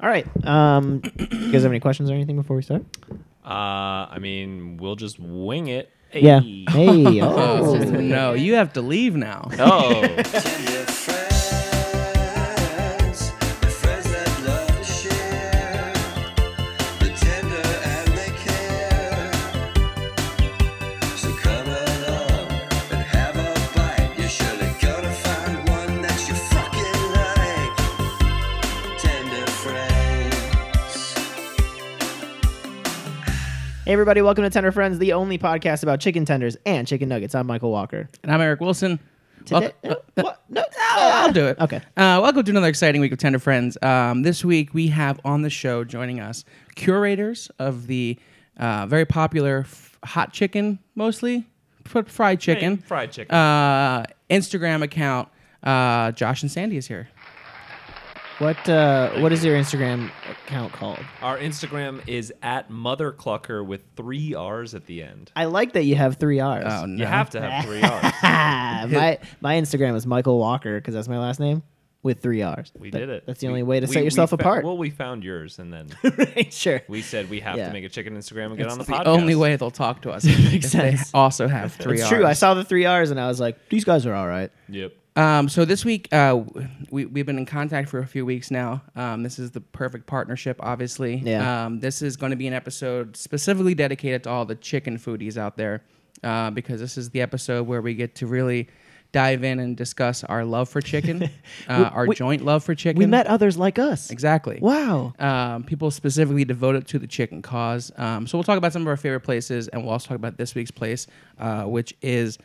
All right. Um, you guys have any questions or anything before we start? Uh, I mean, we'll just wing it. Yeah. Hey. Hey. Oh. Oh, no, you have to leave now. Oh. Hey, everybody. Welcome to Tender Friends, the only podcast about chicken tenders and chicken nuggets. I'm Michael Walker. And I'm Eric Wilson. Today- Welcome- uh, what? No. I'll do it. Okay. Uh, welcome to another exciting week of Tender Friends. Um, this week we have on the show joining us curators of the uh, very popular f- hot chicken, mostly fr- fried chicken, fried chicken. uh, Instagram account. Uh, Josh and Sandy is here. What? Uh, what is your Instagram account called? Our Instagram is at motherclucker with three R's at the end. I like that you have three R's. Oh no! You have to have three R's. Ah, my my Instagram is Michael Walker because that's my last name with three R's. We That- did it. That's the We- only way to we- set we yourself fa- apart. Well, we found yours, and then Right, sure. we said we have Yeah. to make a chicken Instagram and get on the, It's the podcast. only way they'll talk to us. Makes sense. They also have three. It's true. I Rs. saw the three R's and I was like, these guys are all right. Yep. Um, so this week, uh, we we've been in contact for a few weeks now. Um, this is the perfect partnership, obviously. Yeah. Um, this is going to be an episode specifically dedicated to all the chicken foodies out there, uh, because this is the episode where we get to really dive in and discuss our love for chicken, uh, our we- joint love for chicken. We met others like us. exactly. Wow. Um, people specifically devoted to the chicken cause. Um, so we'll talk about some of our favorite places, and we'll also talk about this week's place, uh, which is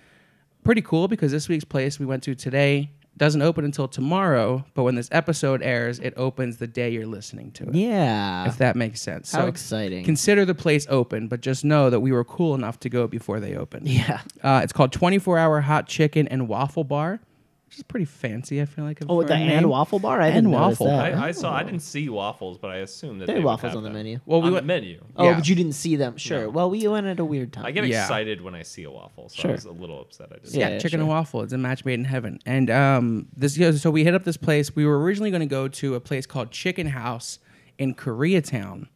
pretty cool because this week's place we went to today doesn't open until tomorrow. But when this episode airs, it opens the day you're listening to it. Yeah. If that makes sense. How so exciting. Consider the place open, but just know that we were cool enough to go before they opened. Yeah. Uh, it's called 24 Hour Hot Chicken and Waffle Bar, which is pretty fancy. I feel like. Oh, with for the a and name. waffle bar? I And didn't notice waffle. that. I, I saw. I didn't see waffles, but I assume that Uh-huh. There they are would waffles have on the that. menu. Well, we on went- the menu. Oh, Yeah. but you didn't see them. Sure. No. Well, we went at a weird time. I get Yeah. excited when I see a waffle, so Sure. I was a little upset. I just Yeah, Yeah, yeah, chicken and sure. waffle. It's a match made in heaven. And um, this goes. So we hit up this place. We were originally going to go to a place called Chicken House in Koreatown.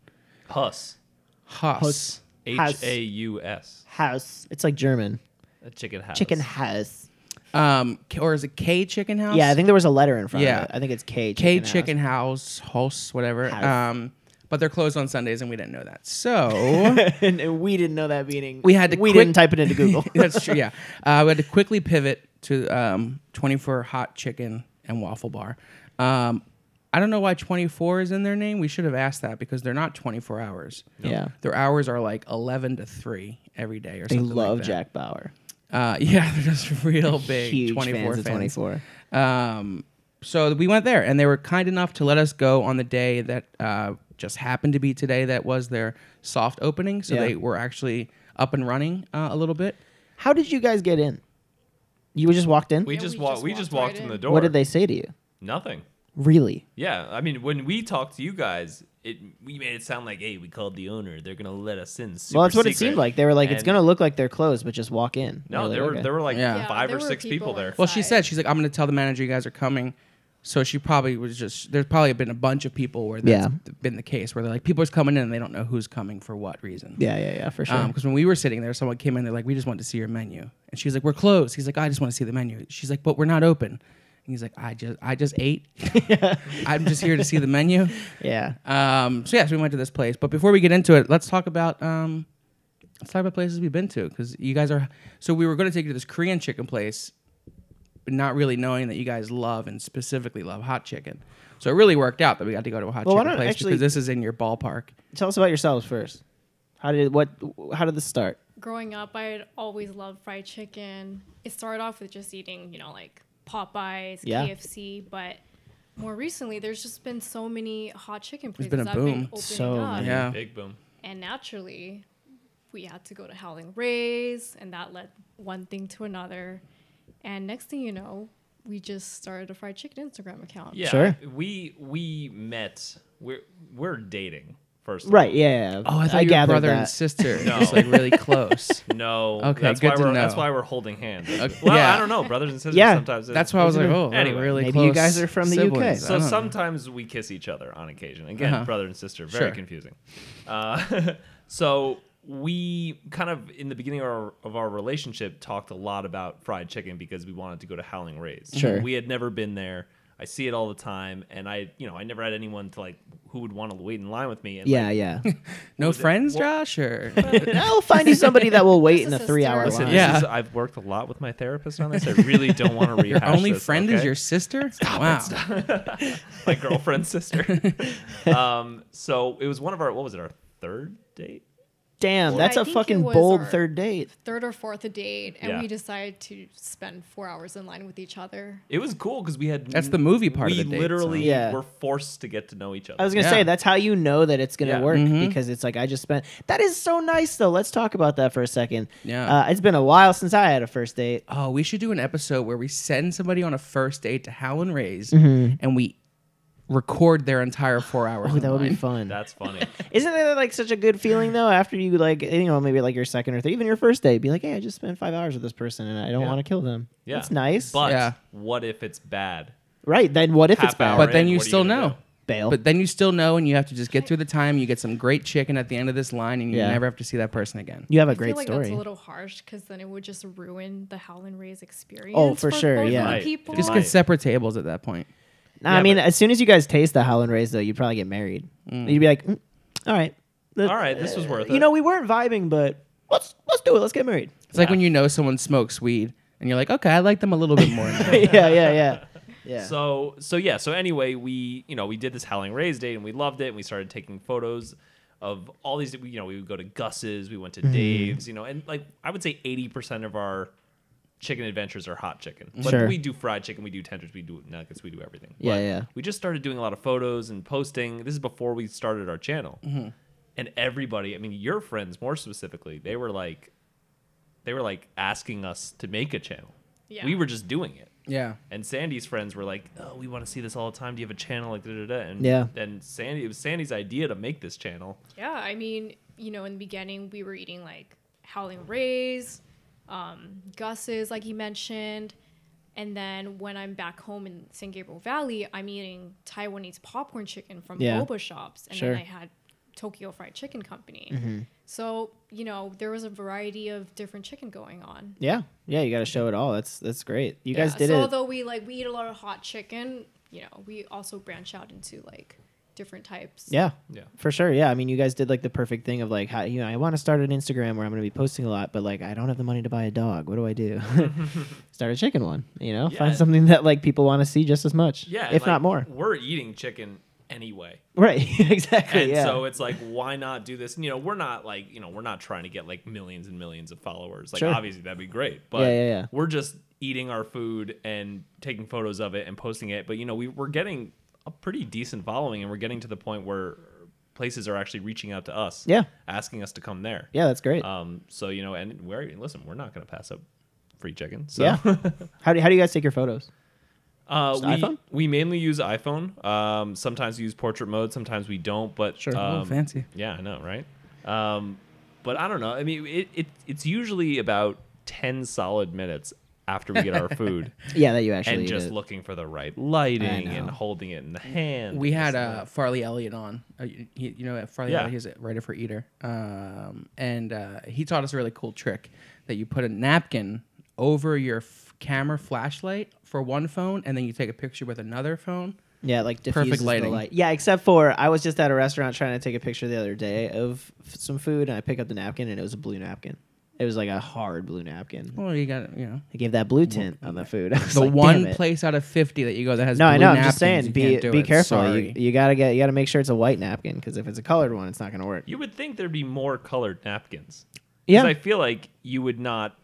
Huss. Haas. Hus. House. H a u s. house. It's like German. A chicken house. Chicken house. Um, K- or is it K Chicken House? Yeah, I think there was a letter in front Yeah. of it. I think it's K. K Chicken House. Chicken House, House, whatever. House. Um, but they're closed on Sundays, and we didn't know that. So and, and we didn't know that meaning. We had to We quick- didn't type it into Google. that's true. Yeah, uh, we had to quickly pivot to um, 24 Hot Chicken and Waffle Bar. Um, I don't know why 24 is in their name. We should have asked that because they're not 24 hours. yeah. Their hours are like 11 to 3 every day or They something. love like that. Jack Bauer. Uh, yeah, they're just real big Huge 24 fans of 24. Um, so we went there and they were kind enough to let us go on the day that uh, just happened to be today that was their soft opening. So Yeah. they were actually up and running uh, a little bit. How did you guys get in? You just walked in? We Yeah, just we walked. just We just walked right walked in in. the door. what did they say to you? Nothing. Really? Yeah, I mean, when we talked to you guys, it we made it sound like, hey, we called the owner. They're gonna let us in. Super well, that's what it secret." seemed like. They were like, it's And- going to look like they're closed, but just walk in. No, We're like, there were okay. there were like Yeah. Yeah, five there or were six people, people there. Well, she Right. said she's like, I'm going to tell the manager you guys are coming. So she probably was just there's probably been a bunch of people where that's Yeah. been the case where they're like people are coming in and they don't know who's coming for what reason. Yeah, yeah, yeah, for sure. because when we were sitting there, someone came in. They're like, "We just want to see your menu," and she was like, "We're closed." He's like, "I just want to see the menu." She's like, "But we're not open." And he's like, "I just, I just ate. I'm just here to see the menu." yeah. Um, so yes, we went to this place. But before we get into it, let's talk about um, let's talk about places we've been to because you guys are. So we were going to take you to this Korean chicken place, but not really knowing that you guys love and specifically love hot chicken. So it really worked out that we got to go to a hot Well, why chicken don't place actually- because this is in your ballpark. Tell us about yourselves first. How did what? How did this start? growing up, I had always loved fried chicken. It started off with just eating, you know, like Popeyes, Yeah. KFC, but more recently, there's just been so many hot chicken places been a that have been boom. opening So up. many. Yeah. Big boom. And naturally, we had to go to Howling Rays, and that led one thing to another. And next thing you know, we just started a fried chicken Instagram account. Yeah, Sure. we we met. We're we're dating First, of Right. Yeah. Oh, I thought you were gathered brother and that. sister. No. Just like really close. all. no. Okay, that's good why to we're know. that's why we're holding hands. Okay, well, yeah. I don't know, brothers and sisters. Yeah, sometimes uh, That's why I was like, oh, we're Anyway, really maybe you close guys are from the UK. siblings. I So don't know. sometimes we kiss each other on occasion. Again, Uh-huh. brother and sister, very Sure. confusing. Uh, so we kind of in the beginning of our, of our relationship talked a lot about fried chicken because we wanted to go to Howling Rays. Sure. We had never been there. I see it all the time, and I, you know, I never had anyone to like who would want to wait in line with me. And Yeah. Yeah. no was it- friends, what- Josh, or I'll find you somebody that will wait Just in a a three-hour Listen, sister. line. this Yeah. is- I've worked a lot with my therapist on this. I really don't want to rehash your only this, friend is okay? your sister? wow. my girlfriend's sister. um, so it was one of our what was it our third date? Damn, Yeah, that's I a think it fucking was bold our- third date. Third or fourth a date, and Yeah. we decided to spend four hours in line with each other. It was cool because we had That's the movie part of We the date, literally so. Yeah. were forced to get to know each other. I was gonna Yeah. Mm-hmm. say that's how you know that it's gonna Yeah. work because it's like I just spent. That is so nice though. Let's talk about that for a second. Yeah. uh, it's been a while since I had a first date. Oh, we should do an episode where we send somebody on a first date to Howlin' Rays and we record their entire four hours. Mm-hmm. Oh, that would be online. fun. That's funny. Isn't that like such a good feeling though? After you like, you know, maybe like your second or third, even your first date, be like, hey, I just spent five hours with this person and I don't Yeah. want to kill them. Yeah, it's nice. But Yeah. what if it's bad? right then, what if it's Half hour bad? But then in, you what are still gonna know. do? Bail. But then you still know, and you have to just get through the time. You get some great chicken at the end of this line, and you Yeah. never have to see that person again. you have a I great feel like story. that's a little harsh because then it would just ruin the Howlin' Rays experience. Oh, for sure, both of the yeah. Right. people. Just Right. get separate tables at that point. Nah, Yeah, I mean, but- as soon as you guys taste the Howland Rays, though, you'd probably get married. You'd be like, "Mm, all right, The- All right, this was worth You it. know, we weren't vibing, but let's let's do it. Let's get married. It's like when you know someone smokes weed, and you're like, okay, I like them a little bit more. now." yeah, yeah, yeah, yeah. So so yeah. So anyway, we you know we did this Howling Rays date and we loved it and we started taking photos of all these. You know we would go to Gus's, we went Mm-hmm. to Dave's, you know, and like I would say eighty percent of our chicken adventures are hot chicken. But Sure. we do fried chicken, we do tenders, we do nuggets, we do everything. Yeah, But yeah. We just started doing a lot of photos and posting. This is before we started our channel, Mm-hmm. and everybody, I mean, your friends more specifically, they were like, they were like asking us to make a channel. Yeah. We were just doing it. yeah. And Sandy's friends were like, "Oh, we want to see this all the time. Do you have a channel?" Like, da da da. And Yeah. And Sandy, it was Sandy's idea to make this channel. Yeah, I mean, you know, in the beginning, we were eating like Howling Rays, um, Gus's, like you mentioned. And then when I'm back home in San Gabriel Valley, I'm eating Taiwanese popcorn chicken from Yeah. boba shops. And Sure. Mm-hmm. then I had Tokyo Fried Chicken Company. So, you know, there was a variety of different chicken going on. yeah, yeah. You got to show it all. That's that's great. You guys Yeah, did so it. although we like we eat a lot of hot chicken, you know, we also branch out into like different types. yeah. Yeah. For sure, yeah. I mean, you guys did like the perfect thing of like, how you know, I want to start an Instagram where I'm going to be posting a lot, but like, I don't have the money to buy a dog. What do I do? start a chicken one, you know, Yeah. find something that like people want to see just as much, Yeah. and, if like, not more. We're eating chicken anyway, Right, exactly. and yeah. so it's like, why not do this? And, you know, we're not like, you know, we're not trying to get like millions and millions of followers. Like, Sure. obviously that'd be great, but Yeah, yeah, yeah. we're just eating our food and taking photos of it and posting it. But you know, we we're getting a pretty decent following, and we're getting to the point where places are actually reaching out to us, Yeah. asking us to come there. yeah, that's great. Uh, Um, so you know, and we're listen, we're not gonna pass up free chicken. So Yeah. how do how do you guys take your photos? uh, Just we iPhone? we mainly use iPhone. Um, sometimes we use portrait mode, sometimes we don't. But Sure. Oh, um, fancy. Yeah, I know, right? Um, but I don't know. I mean, it, it it's usually about ten solid minutes after we get our food, Yeah, that you actually and eat just it. looking for the right lighting and know. holding it in the hand. we this had and uh, that. Farley Elliott on. Uh, y- he, you know, Farley Yeah. Elliott, he's a writer for Eater, um, and uh, he taught us a really cool trick that you put a napkin over your f- camera flashlight for one phone, and then you take a picture with another phone. Yeah, it, like Perfect diffuses lighting. The light. Yeah, except for I was just at a restaurant trying to take a picture the other day of f- some food, and I picked up the napkin, and it was a blue napkin. It was like a hard blue napkin. Well, you got you know I gave that blue tint on the food. I was the like, one "Damn it." place out of fifty that you go that has No, Blue I know. I'm napkins, just saying, you be can't do be it. careful. You, Sorry. you gotta get you gotta make sure it's a white napkin because if it's a colored one, it's not gonna work. You would think there'd be more colored napkins. 'Cause Yeah. I feel like you would not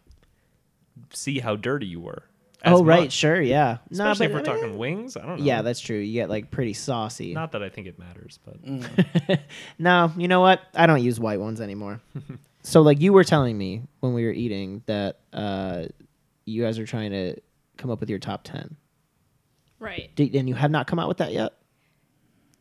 see how dirty you were. as Oh right, much. sure, yeah. No, Especially but if we're I mean, talking wings, I don't know. Yeah, that's true. You get like pretty saucy. not that I think it matters, but Mm. No, you know what? I don't use white ones anymore. so like you were telling me when we were eating that uh, you guys are trying to come up with your top ten, Right. Did, and you have not come out with that yet.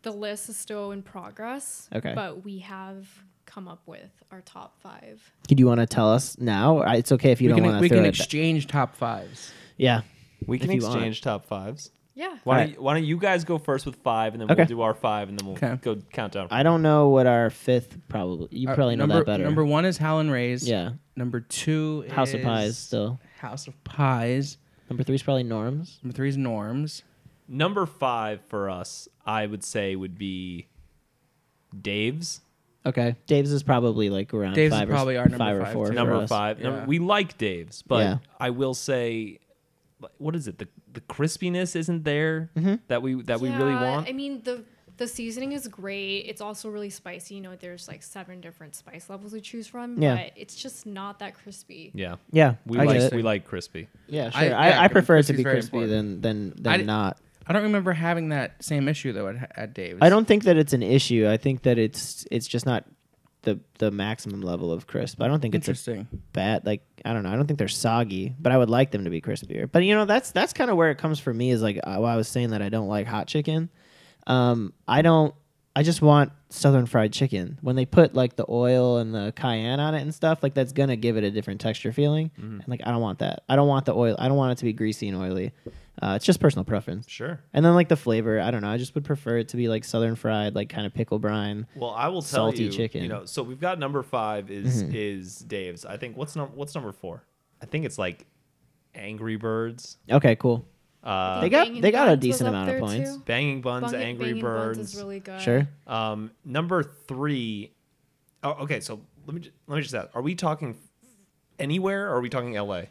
The list is still in progress. Okay. But we have come up with our top five. Do you want to tell us now? I- It's okay if you we don't can, want to. we can it back. exchange top fives. Yeah. We If can you want. exchange top fives. Yeah. Why don't, Alright. you, why don't you guys go first with five, and then Okay. we'll do our five, and then we'll Okay. go count down. I don't know what our fifth probably. You Uh, probably know number, that better. Number one is Hal and Ray's. yeah. Number two is House of Pies still. House of Pies. Number three is probably Norms. Number three is Norms. Number five for us, I would say, would be Dave's. Okay. Dave's is probably like around Dave's is five probably or, our s- number five or five, four. too. for Number us. five. Yeah. Number, we like Dave's, but Yeah. I will say, like, what is it? The the crispiness isn't there Mm-hmm. that we that we really Yeah, want. I mean the the seasoning is great. It's also really spicy. You know, there's like seven different spice levels to choose from. Yeah. But it's just not that crispy. yeah, Yeah. we I get like it. we like crispy. Yeah, sure. I- I, I, yeah, prefer it to be crispy's very crispy than than I than di- not. I don't remember having that same issue though at, at Dave's. I don't think that it's an issue. I think that it's it's just not the the maximum level of crisp. I don't think it's a Interesting. bad like I don't know. I don't think they're soggy, but I would like them to be crispier. But you know, that's that's kind of where it comes from me is like uh, why I was saying that I don't like hot chicken. Um, I don't. I just want southern fried chicken. When they put like the oil and the cayenne on it and stuff, like that's gonna give it a different texture feeling. And like I don't want that. I don't want the oil. I don't want it to be greasy and oily. Uh, it's just personal preference. Sure. And then like the flavor, I don't know. I just would prefer it to be like southern fried, like kind of pickle brine. Well, I will tell Salty you, chicken. Mm-hmm. you know, so we've got number five is is Dave's. I think what's number what's number four? I think it's like Angry Birds, Okay, cool. uh, They got- Bangin' they got a Buns was decent up amount of there, points. too. Banging Buns, Bungin- Angry Bangin' Birds. is really good. Sure. um, number three oh okay, so let me ju- let me just ask: Are we talking anywhere? or Are we talking L.A.?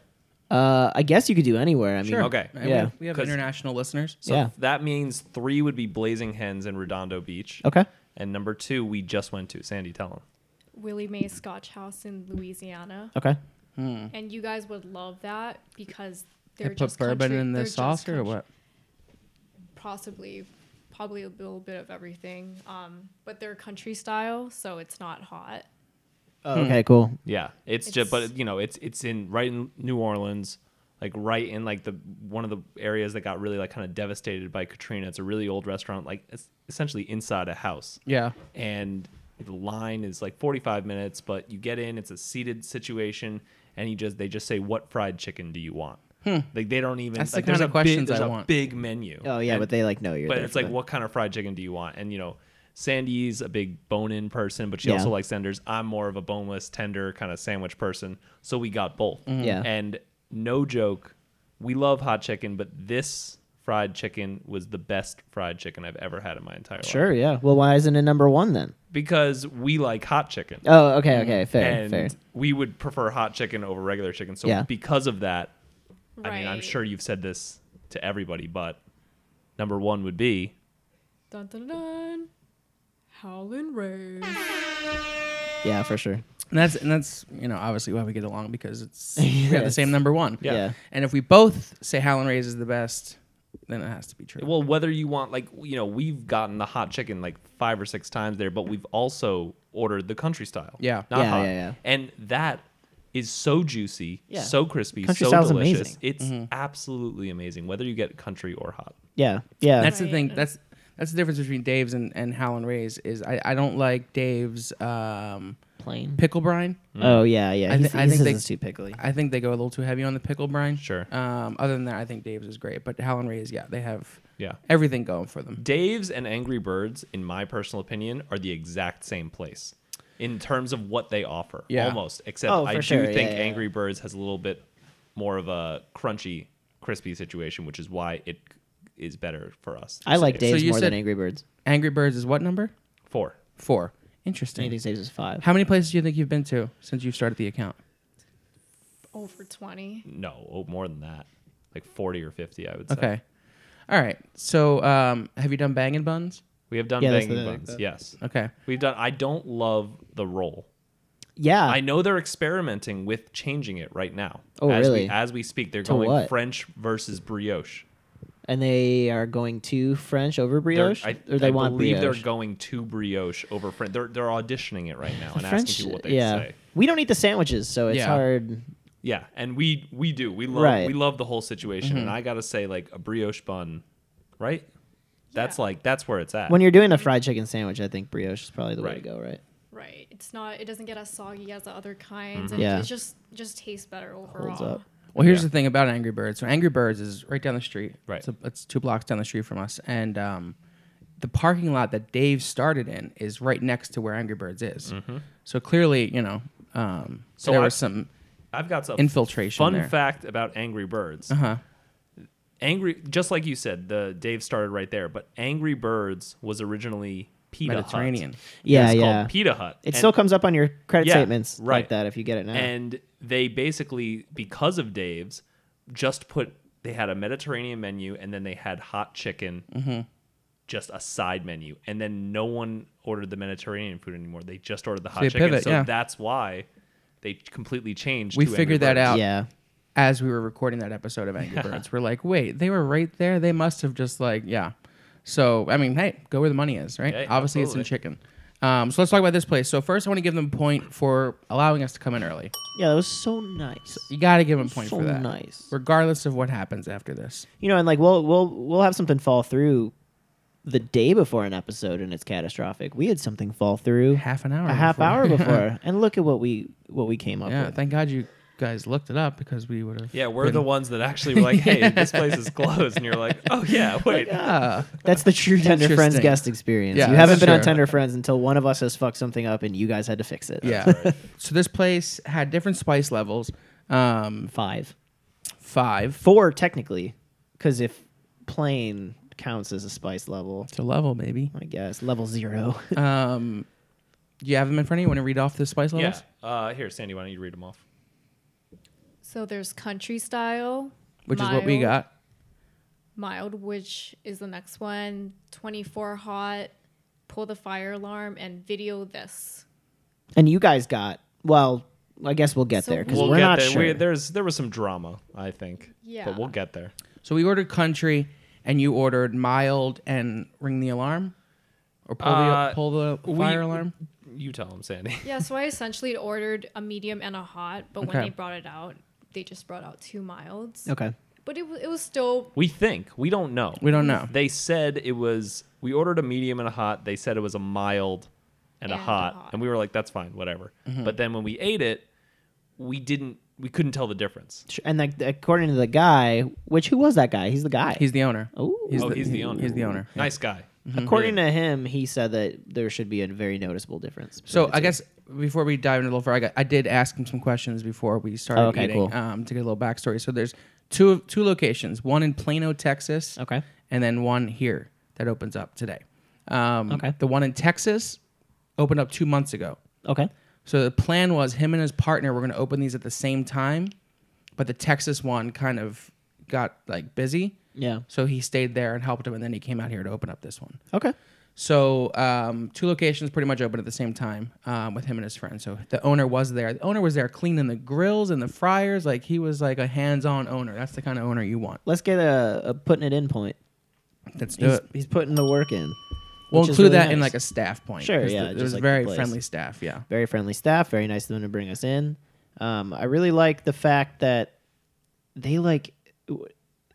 Uh, I guess you could do anywhere. I mean, Sure. Okay. And we Yeah. have- We have 'Cause- international listeners. So Yeah. that means three would be Blazing Hens and Redondo Beach. okay. And number two, we just went to Sandy. Tell them. Willie Mae Scotch House in Louisiana, Okay. and you guys would love that because They they're put just bourbon country- in they're the just sauce or country- what? Possibly, probably a little bit of everything. Um, but they're country style, so it's not hot. Um, Oh, okay. Cool. Yeah, it's, just, It's- but you know, it's it's in right in New Orleans, like right in like the one of the areas that got really like kind of devastated by Katrina. It's a really old restaurant, like it's essentially inside a house, Yeah. and the line is like 45 minutes, but you get in, it's a seated situation, and you just they just say, "What fried chicken do you want?" Like they don't even Hmm. That's the like, there's kind a of big- questions there's I a want. Big menu. Oh yeah, And- but they like know you're. but there it's for like that. what kind of fried chicken do you want and you know sandy's a big bone-in person but she Yeah. also likes tenders i'm more of a boneless tender kind of sandwich person so we got both Yeah. and no joke we love hot chicken but this fried chicken was the best fried chicken i've ever had in my entire life Sure. Yeah. Well, why isn't it number one then? because we like hot chicken Oh, okay. Okay. Fair. Mm, and fair. we would prefer hot chicken over regular chicken so Yeah. because of that Right. i mean i'm sure you've said this to everybody but number one would be Dun dun dun. Howlin' Rays. Yeah, for sure. And that's and that's you know obviously why we get along because it's we have the Yes. same number one. Yeah. Yeah. And if we both say Hal and Ray's is the best, then it has to be true. Well, whether you want like you know, we've gotten the hot chicken like five or six times there, but we've also ordered the country style. Yeah. Not Yeah, hot. yeah, yeah. And that is so juicy, Yeah. Mm-hmm. so crispy, Country so style's delicious. amazing. It's absolutely amazing, whether you get country or hot. Yeah. Yeah. that's the Right. thing. That's that's the difference between Dave's and, and Hal and Ray's is I, I don't like Dave's um, plain. pickle brine. Mm. Oh yeah. Yeah. I thi- He's- I his think they- is too pickly. I think they go a little too heavy on the pickle brine. Sure. Um, other than that, I think Dave's is great. But Hal and Ray's, yeah, they have Yeah. everything going for them. Dave's and Angry Birds, in my personal opinion, are the exact same place in terms of what they offer. Yeah. Almost. Except Oh, I for do sure. Yeah, think yeah, yeah. Angry Birds has a little bit more of a crunchy, crispy situation, which is why it is better for us. I like It's Dave's you more said- than Angry Birds. Angry Birds is what number? Four. Four. I Interesting. think Dave's is five. How many places do you think you've been to since you've started the account? Over 20. No, oh, more than that. Like 40 or 50, I would say. Okay. All right. So, um, have you done bangin' buns? We have done Yeah, that's banging the- buns. Yes. Okay. We've done I don't love the roll. Yeah. I know they're experimenting with changing it right now. Ah. Oh, as really? We, as we speak, they're To going what? French versus brioche. and they are going to French over They're- brioche, I, or they I want believe brioche. they're going to brioche over French. They're they're auditioning it right now and French. asking people what they yeah. say. We don't eat the sandwiches, so it's Yeah. hard. Yeah, and we we do. We love Right. Mm-hmm. we love the whole situation and I got to say like a brioche bun, right? That's Yeah. like that's where it's at. When you're doing a fried chicken sandwich, I think brioche is probably the way Right. to go, right? Right. It's not. It doesn't get as soggy as the other kinds. Mm-hmm. and Yeah. It just just tastes better overall. up. Well, here's Yeah. the thing about Angry Birds. So Angry Birds is right down the street. Right. It's, a- it's two blocks down the street from us, and um, the parking lot that Dave started in is right next to where Angry Birds is. So clearly, you know, um, Mm-hmm. So there I- was some I've got some infiltration Fun there. fact about Angry Birds. Uh-huh. Angry, just like you said, the Dave started right there, but Angry Birds was originally Pita Mediterranean. Hut. Yeah, it's yeah. Called Pita Hut. It And- still comes up on your credit Yeah, statements right. like that if you get it now. And they basically, because of Dave's, just put they had a Mediterranean menu and then they had hot chicken, Mm-hmm. just a side menu, and then no one ordered the Mediterranean food anymore. They just ordered the hot they chicken. pivot, so yeah. that's why they completely changed. We to Angry figured that Birds. out. yeah. As we were recording that episode of Angry Birds, we're like, wait, they were right there. They must have just like, yeah. So I mean, hey, go where the money is, right? Yeah, Obviously, absolutely. it's in chicken. Um, so let's talk about this place. So first, I want to give them a point for allowing us to come in early. Yeah, that was so nice. You got to give them a point so for that. nice. regardless of what happens after this. you know, and like we'll we'll we'll have something fall through the day before an episode and it's catastrophic. We had something fall through Half an hour. a half before. hour before. and look at what we what we came up yeah. with. Thank God you guys looked it up because we would have. Yeah, we're the ones that actually were like, "Hey, this place is closed," and you're like, "Oh yeah, wait." Yeah. That's the true Tender Friends Interesting. guest experience. Yeah, you haven't that's been on true. Tender Friends until one of us has fucked something up and you guys had to fix it. Yeah. So this place had different spice levels. Um, Five. five. Four technically, because if plain counts as a spice level, It's a level, maybe. I guess. Level zero. Um, do you have them in front of you? Want to read off the spice yeah. levels? Uh, here, Sandy, why don't you read them off? So there's country style, Which is what we mild- got. Mild, which is the next one. Twenty four hot. Pull the fire alarm and video this. and you guys got well, I guess we'll get So there because we'll we're get not there. sure. We, there's there was some drama, I think. Yeah. But we'll get there. So we ordered country, and you ordered mild and ring the alarm, or pull Uh, the pull the we- fire alarm. You tell them, Sandy. Yeah. So I essentially ordered a medium and a hot, but when Okay. they brought it out, they just brought out two milds. okay. But it, wa- it was still We think. We don't know. We don't know. They said it was. We ordered a medium and a hot. They said it was a mild and, a, And a hot. hot. and we were like, "That's fine, whatever." Mm-hmm. But then when we ate it, we didn't. We couldn't tell the difference. Tr- And like according to the guy, which who was that guy? He's the guy. He's the owner. Ooh. He's oh, the- he's the owner. he's the owner. Mm-hmm. Nice guy. according to him, he said that there should be a very noticeable difference. between So the I two. guess before we dive in a little further, I, got, I did ask him some questions before we started Oh, okay, eating cool. um, to get a little backstory. So there's two two locations, one in Plano, Texas, Okay. and then one here that opens up today. Um, Okay. The one in Texas opened up two months ago. Okay. So the plan was him and his partner were going to open these at the same time, but the Texas one kind of got like busy, Yeah. so he stayed there and helped him, and then he came out here to open up this one. Okay. So um, two locations pretty much open at the same time um, with him and his friend. So the owner was there. The owner was there cleaning the grills and the fryers. Like he was like a hands-on owner. That's the kind of owner you want. Let's get a, a putting it in point. Let's do He's, it. he's putting the work in. We'll which is include really that in nice. like a staff point. Sure, 'cause yeah, the- It just was like the very place. friendly staff. Yeah. very friendly staff. Very nice of them to bring us in. Um, I really like the fact that they like w-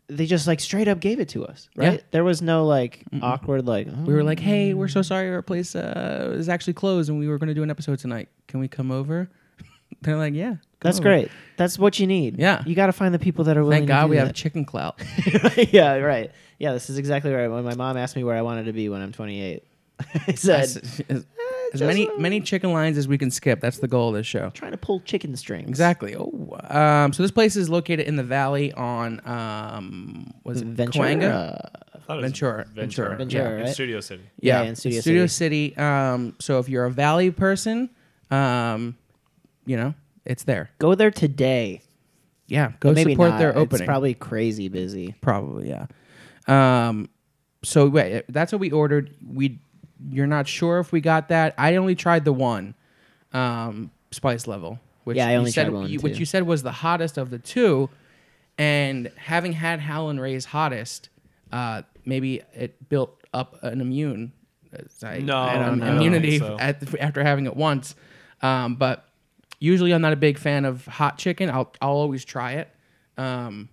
they just like straight up gave it to us. Right. Yeah. There was no like awkward like We were like, hey, we're so sorry our place uh, is actually closed and we were going to do an episode tonight. Can we come over? They're like, yeah. come That's over." great. That's what you need. "Oh." Yeah. You got to find the people that are willing. Thank to God do we that. have chicken clout. yeah, right. Yeah, this is exactly right. When my mom asked me where I wanted to be when I'm 28, I said, as as- as many many chicken lines as we can skip. That's the goal of this show. trying to pull chicken strings. Exactly. Oh, um, so this place is located in the valley on um, was it Coanga? Ventura. I thought it was Ventura, Ventura, Ventura, in right? Studio City. Yeah, in Studio City. Um, so if you're a valley person, um, you know it's there. Go there today. Yeah, go Maybe support not. their opening. It's probably crazy busy. probably yeah. Um, so wait, that's what we ordered. We you're not sure if we got that. I only tried the one um, spice level, which Yeah, I you only said, tried one, you- which too. you said was the hottest of the two. And having had Howlin' Ray's hottest, uh, maybe it built up an immune uh, it's like- No, an I don't think immunity so. at, after having it once. Um, but usually, I'm not a big fan of hot chicken. I'll I'll always try it. Um,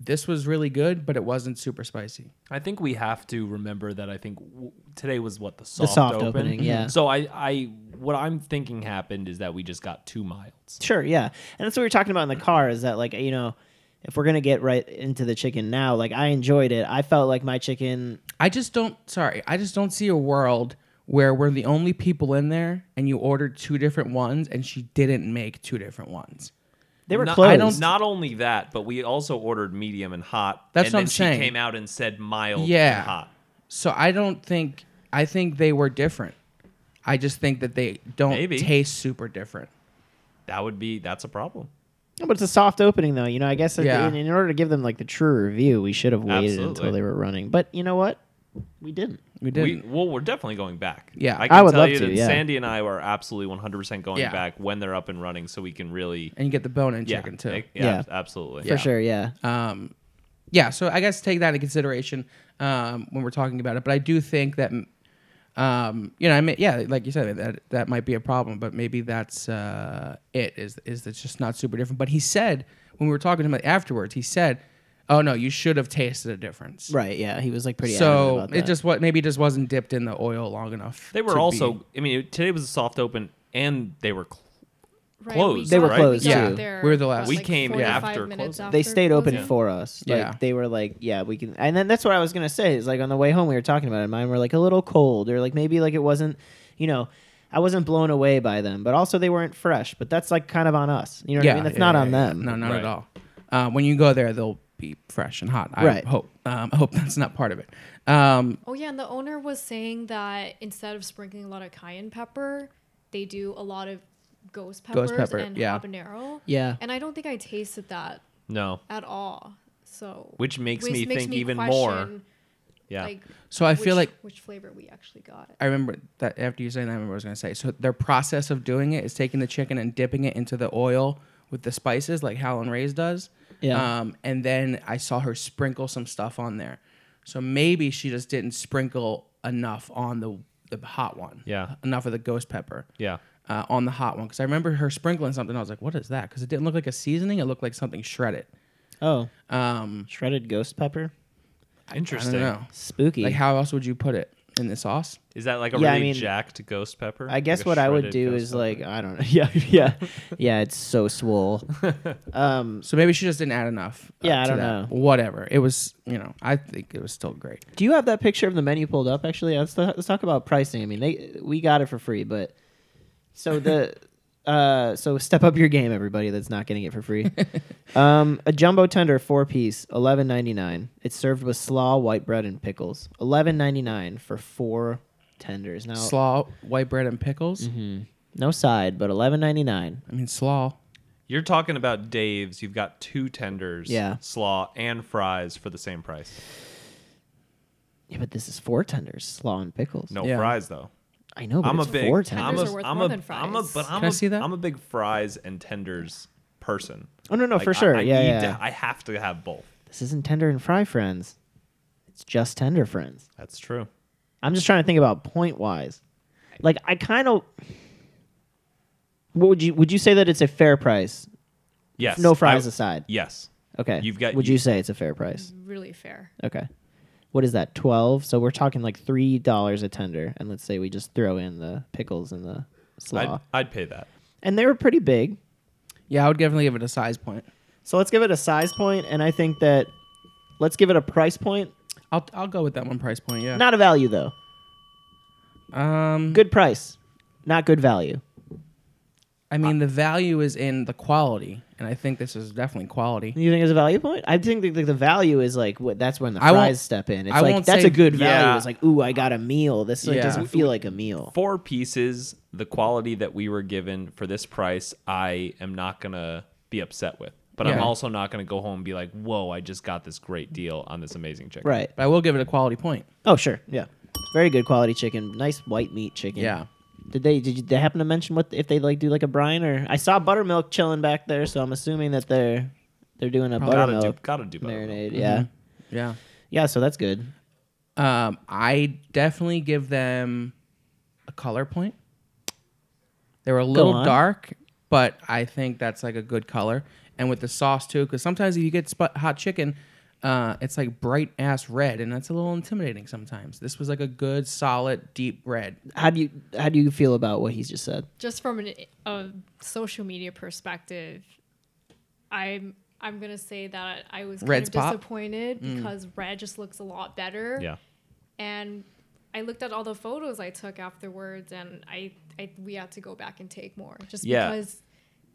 this was really good, but it wasn't super spicy. I think we have to remember that I think w- today was what the The soft, soft open. opening, yeah. So I, I, what I'm thinking happened is that we just got two milds. Sure, yeah. And that's what we were talking about in the car is that like, you know, if we're going to get right into the chicken now, like I enjoyed it. I felt like my chicken I just don't. Sorry, I just don't see a world where we're the only people in there, and you ordered two different ones, and she didn't make two different ones. they were not, closed. I don't, not only that, but we also ordered medium and hot. That's and what then I'm she saying. came out and said mild Yeah. and hot. So I don't think. I think they were different. I just think that they don't Maybe. taste super different. That would be that's a problem. No, but it's a soft opening, though. You know, I guess Yeah. in, in order to give them like the true review, we should have waited until Absolutely. they were running. But you know what? We didn't. We didn't. We, well, we're definitely going back. Yeah. I, can I would tell love you to, that yeah. Sandy and I are absolutely 100% going Yeah. back when they're up and running, so we can really and you get the bone-in yeah, chicken too. yeah, Yeah. absolutely. For sure, yeah. Um, yeah, so I guess take that into consideration um, when we're talking about it. But I do think that, um, you know, I mean, yeah, like you said, that that might be a problem. But maybe that's uh, it. Is is it's just not super different. But he said when we were talking to him afterwards, he said, "Oh no, you should have tasted a difference." Right, yeah. He was like pretty adamant So about it that. just what maybe it just wasn't dipped in the oil long enough. They to were be- also. I mean, today was a soft open, and they were. Cl- Right, Closed, They were got- closed, got too. there, We were the last- what, We like, came 45 after minutes closing. they after stayed open closing? for us. Like Yeah. they were like, yeah, we can. And then that's what I was gonna say. Is like on the way home we were talking about it. Mine were like a little cold, or like maybe like it wasn't, you know, I wasn't blown away by them, but also they weren't fresh. But that's like kind of on us. You know what I mean? That's not yeah, on yeah. them. No, not Right. at all. Uh, when you go there, they'll be fresh and hot. I Right. hope. Um, I hope that's not part of it. Um, Oh yeah, and the owner was saying that instead of sprinkling a lot of cayenne pepper, they do a lot of ghost peppers pepper, and yeah. habanero. Yeah. And I don't think I tasted that no, at all. So Which makes me think even more. question, yeah, Like so I which, feel like which flavor we actually got. I remember that after you saying that, I remember what I was going to say. So their process of doing it is taking the chicken and dipping it into the oil with the spices, like Helen Ray's does. Yeah. Um, and then I saw her sprinkle some stuff on there. So maybe she just didn't sprinkle enough on the the hot one. Yeah. Enough of the ghost pepper. yeah. Uh, on the hot one because I remember her sprinkling something. I was like, "What is that?" Because it didn't look like a seasoning. It looked like something shredded. Oh, Um, shredded ghost pepper. Interesting. I don't know. Spooky. Like, how else would you put it in the sauce? Is that like a Yeah, I really mean, jacked ghost pepper? I guess Like a what I would shredded do ghost is pepper? like I don't know. Yeah, yeah, yeah. It's so swole. Um, So maybe she just didn't add enough. uh, Yeah, I to don't that. know. Whatever. It was, you know, I think it was still great. do you have that picture of the menu pulled up? Actually, let's ta- let's talk about pricing. I mean, they we got it for free, but so the uh, so step up your game, everybody that's not getting it for free. um, a jumbo tender four piece, eleven ninety nine. It's served with slaw, white bread, and pickles. Eleven ninety nine for four tenders. Now, Slaw, white bread, and pickles. Mm-hmm. no side, but eleven ninety nine. I mean, slaw. you're talking about Dave's. You've got two tenders, Yeah. slaw and fries for the same price. Yeah, but this is four tenders, slaw and pickles. No Yeah. fries though. I know, but I'm a it's big. four I'm tenders. a. Tenders are worth I'm more a. than I'm a. fries. But I'm Can I a. see that? am a big fries and tenders person. oh no, no, Like, for I- sure. I yeah, need yeah. to- I have to have both. This isn't tender and fry friends. It's just tender friends. That's true. I'm just trying to think about point wise. Like I kind of what would you would you say that it's a fair price? Yes. No fries I- aside. Yes. Okay. You've got- Would you- you say it's a fair price? Really fair. Okay. What is that? 12. So we're talking like $3 a tender and let's say we just throw in the pickles and the slaw. I'd, I'd pay that. and they were pretty big. Yeah, I would definitely give it a size point. So let's give it a size point and I think that let's give it a price point, I'll, I'll go with that one price point. Yeah. not a value though. um, Good price, not good value. I mean, the value is in the quality, and I think this is definitely quality. You think it's a value point? I think the, the, the value is like what that's when the I won't- fries step in. It's I like won't that's say- a good value. Yeah. It's like ooh, I got a meal. This like, Yeah. doesn't feel like a meal. Four pieces. The quality that we were given for this price, I am not gonna be upset with. But I'm Yeah. also not gonna go home and be like, "Whoa, I just got this great deal on this amazing chicken." Right. But I will give it a quality point. Oh sure. Yeah. Very good quality chicken. Nice white meat chicken. Yeah. Did they did you, they happen to mention what if they like do like a brine or I saw buttermilk chilling back there, so I'm assuming that they're they're doing Oh, a Gotta do. buttermilk Gotta do better. marinade. Mm-hmm. Yeah. Yeah. Yeah. So that's good. Um, I definitely give them a color point. They were a little on. dark, but I think that's like a good color. And with the sauce too, because sometimes if you get spot hot chicken, uh, it's like bright ass red, and that's a little intimidating sometimes. This was like a good, solid, deep red. How do you how do you feel about what he's just said? just from an, a social media perspective, I'm I'm gonna say that I was kind Reds of pop? Mm. disappointed because red just looks a lot better. Yeah. And I looked at all the photos I took afterwards, and I, I we had to go back and take more just Yeah. because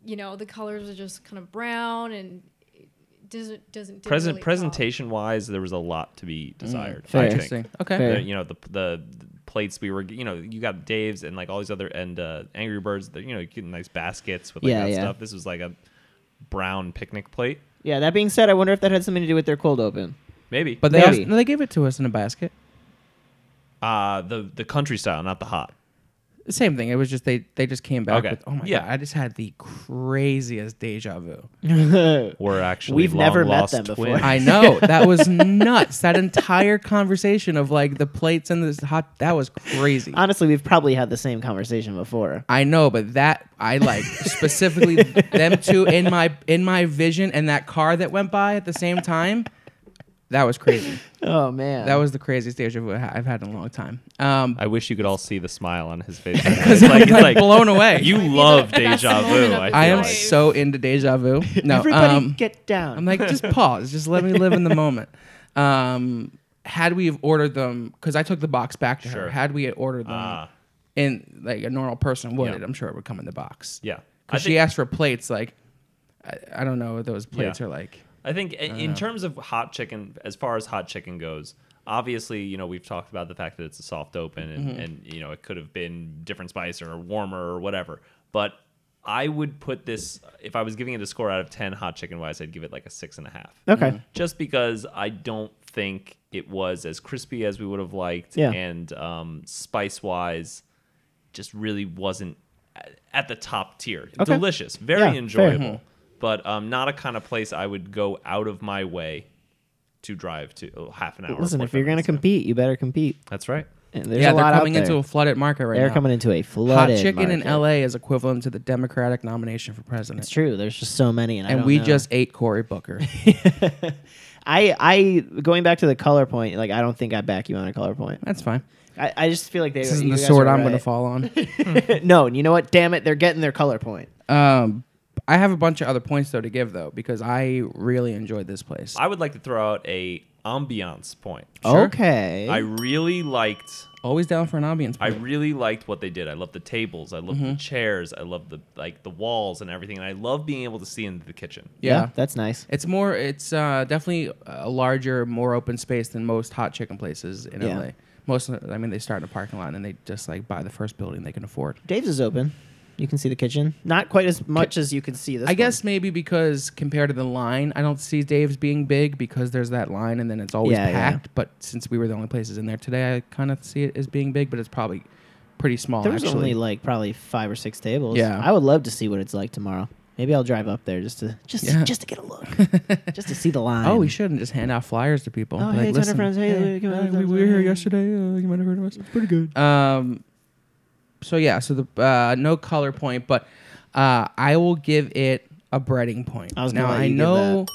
you know the colors are just kind of brown and it doesn't doesn't didn't Present really help. presentation wise, there was a lot to be desired. Fair. I think. Interesting. Okay. Fair. The- you know the, the the plates we were you know you got Dave's and like all these other and uh, Angry Birds. that, You know, you get nice baskets with like Yeah, that yeah. stuff. This was like a brown picnic plate, Yeah. That being said, I wonder if that had something to do with their cold open. maybe. But they Maybe. also, no, they gave it to us in a basket. uh the the country style, not the hot. Same thing. It was just they they just came back Okay. with oh my Yeah. god, I just had the craziest deja vu. We're actually We've long never met lost them before. twins. I know. That was nuts. That entire conversation of like the plates and this hot that was crazy. Honestly, we've probably had the same conversation before. I know, but that I like specifically them two in my in my vision and that car that went by at the same time. That was crazy. Oh man. That was the craziest deja vu I ha- I've had in a long time. Um, I wish you could all see the smile on his face. it's because I'm like, like, it's like blown away. you Maybe love the best deja moment vu. of I, his feel I am life. like. so into deja vu. No, Everybody um, get down. I'm like, just pause. Just let me live in the moment. Um, had we have ordered them, because I took the box back to her. Sure. Had we had ordered them, Ah. and like a normal person would, Yeah. I'm sure it would come in the box. yeah. I Because she think- asked for plates, like I, I don't know what those plates Yeah. are like. I think in, in terms of hot chicken, as far as hot chicken goes, obviously, you know, we've talked about the fact that it's a soft open and, and you know, it could have been different spice or warmer or whatever. But I would put this, if I was giving it a score out of 10 hot chicken wise, I'd give it like a six and a half. okay. Just because I don't think it was as crispy as we would have liked. Yeah. And um, spice wise, just really wasn't a- at the top tier. Okay. Delicious, very Yeah, fair. Hmm. enjoyable, but um, not a kind of place I would go out of my way to drive to oh, half an hour. Listen, if 45 you're gonna minutes. compete, you better compete. that's right. And there's yeah, a they're lot coming out there. into a flooded market right they're now. coming into a Hot flooded chicken in market. L.A. is equivalent to the Democratic nomination for president, It's true. There's just so many, and, I and don't we know. just ate Cory Booker. I I going back to the color point. Like I don't think I back you on a color point. That's fine. I, I just feel like they. This isn't you the guys sword were I'm going to right. fall Hmm. on. no, and you know what? Damn it, they're getting their color point. Um, I have a bunch of other points though to give though because I really enjoyed this place. I would like to throw out a ambiance point. Sure. Okay. I really liked. Always down for an ambiance. I point. really liked what they did. I loved the tables. I loved Mm-hmm. the chairs. I loved the like the walls and everything. And I love being able to see into the kitchen. yeah. yeah. that's nice. It's more. It's uh, definitely a larger, more open space than most hot chicken places in Yeah. LA. Most, of the- I mean, they start in a parking lot and then they just like buy the first building they can afford. Dave's is open. You can see the kitchen. Not quite as much as you can see this. I one. guess maybe because compared to the line, I don't see Dave's being big because there's that line and then it's always Yeah, yeah. packed. But since we were the only places in there today, I kind of see it as being big, but it's probably pretty small. there was Oh, actually. only like probably five or six tables. Yeah. I would love to see what it's like tomorrow. Maybe I'll drive up there just to just Yeah. just to get a look, just to see the line. Oh, we shouldn't just hand out flyers to people. Oh, Be hey, Turner "Listen, Friends, hey, we came out- we, we were here yesterday. Uh, you might have heard of us. Pretty good. Um, so yeah, so the uh, no color point, but uh, I will give it a breading point. I was gonna now let I you give know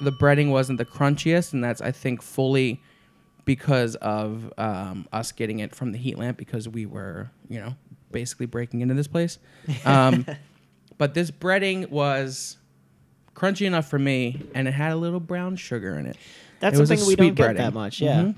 the breading wasn't the crunchiest, and that's I think fully because of um, us getting it from the heat lamp because we were you know basically breaking into this place. Um, but this breading was crunchy enough for me, and it had a little brown sugar in it. That's It was a something we sweet don't get breading. that much. Yeah. Mhm.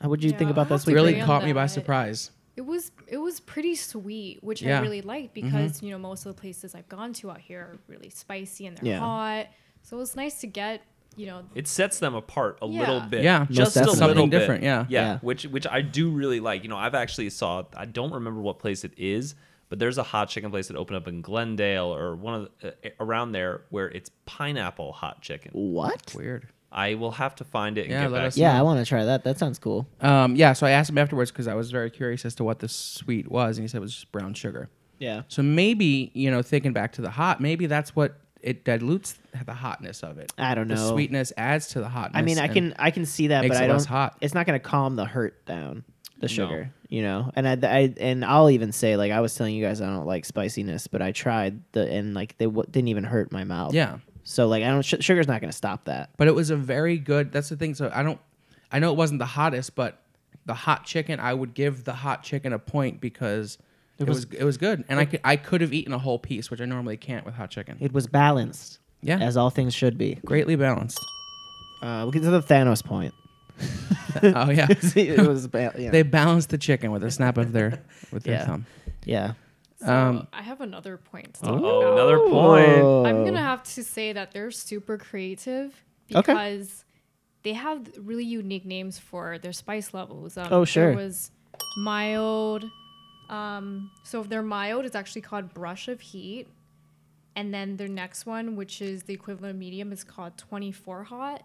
How would you think Yeah, about I'll that? have sweet to really breading? on caught me by that. surprise. It was it was pretty sweet, which Yeah. I really liked because you know most of the places I've gone to out here are really spicy and they're Yeah. hot. So it was nice to get you know it sets them apart a Yeah. little bit. Yeah, most just a definitely. little Something bit. different, yeah. yeah, Yeah. Which which I do really like. You know, I've actually saw. I don't remember what place it is, but there's a hot chicken place that opened up in Glendale or one of the, uh, around there where it's pineapple hot chicken. What? Weird. I will have to find it and Yeah, get let back. us to you. Yeah, I want to try that. That sounds cool. Um, yeah, so I asked him afterwards because I was very curious as to what the sweet was, and he said it was just brown sugar. Yeah. So maybe you know, thinking back to the hot, maybe that's what it dilutes the hotness of it. I don't The know. sweetness adds to the hotness. I mean, I and- can I can see that, makes but it I don't. less hot. It's not going to calm the hurt down. the sugar, you know. And I, I and I'll even say like I was telling you guys I don't like spiciness, but I tried the and like they w- didn't even hurt my mouth. Yeah. So like I don't sh- sugar's not going to stop that. But it was a very good. That's the thing. So I don't. I know it wasn't the hottest, but the hot chicken. I would give the hot chicken a point because it, was, it was good, and I could I could have eaten a whole piece, which I normally can't with hot chicken. It was balanced. Yeah. As all things should be. Greatly balanced. Uh, we'll get to the Thanos point. oh yeah, it was ba- yeah. they balanced the chicken with a snap of their with their Yeah. thumb. yeah. So Um, I have another point. To talk Oh, about. another Oh. point. I'm gonna have to say that they're super creative Okay. because they have really unique names for their spice levels. Um, Oh, sure. There was mild. Um, so if they're mild, it's actually called brush of heat, and then their next one, which is the equivalent of medium, is called 24 hot.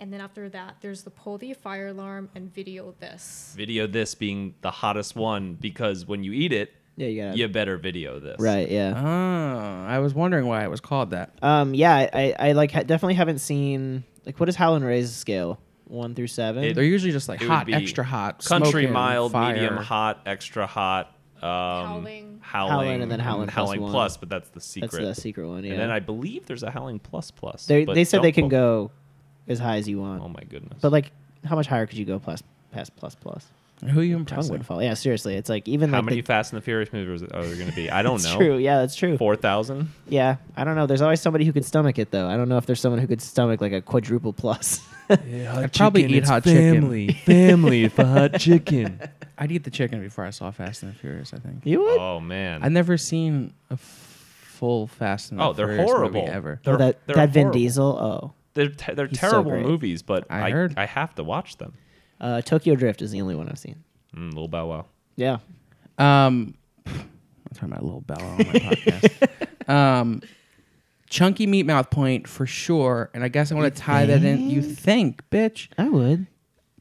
And then after that, there's the pull the fire alarm and video this. Video this being the hottest one because when you eat it, Yeah, you got to you better video this. Right, yeah. oh, I was wondering why it was called that. Um, yeah, I, I, I like ha- definitely haven't seen like what is Howlin' Ray's scale one through seven. It- They're usually just like It would hot, be extra hot, Country smoking, mild, fire. medium hot, extra hot. Um, howling, Howling. Howling and then Howling plus howling one. plus, but that's the secret. That's the secret one. Yeah, And then I believe there's a howling plus plus. they but they said they can don't quote- go as high as you want, Oh my goodness! but like how much higher could you go plus past plus plus? Who are you Tongue impressing? would fall. Yeah, seriously, it's like even how like many the, Fast and the Furious movies are there going to be? I don't It's know. true. Yeah, that's true. Four thousand. Yeah, I don't know. There's always somebody who could stomach it though. I don't know if there's someone who could stomach like a quadruple plus. I'd probably eat hot chicken. Family for hot chicken. I'd eat the chicken before I saw Fast and the Furious. I think. you would? Oh man! I've never seen a f- full Fast and the oh, they're Furious horrible. movie ever. Oh, They're, that they're that Vin horrible. Diesel. Oh, They're, te- they're He's so terrible great. movies, but I I I, heard. have to watch them. uh, Tokyo Drift is the only one I've seen. Mm, Lil Bow Wow. Yeah, Um, I'm talking about Little Bella on my podcast. Um, chunky meat mouth point for sure, and I guess I want to tie that in. You think, bitch? I would.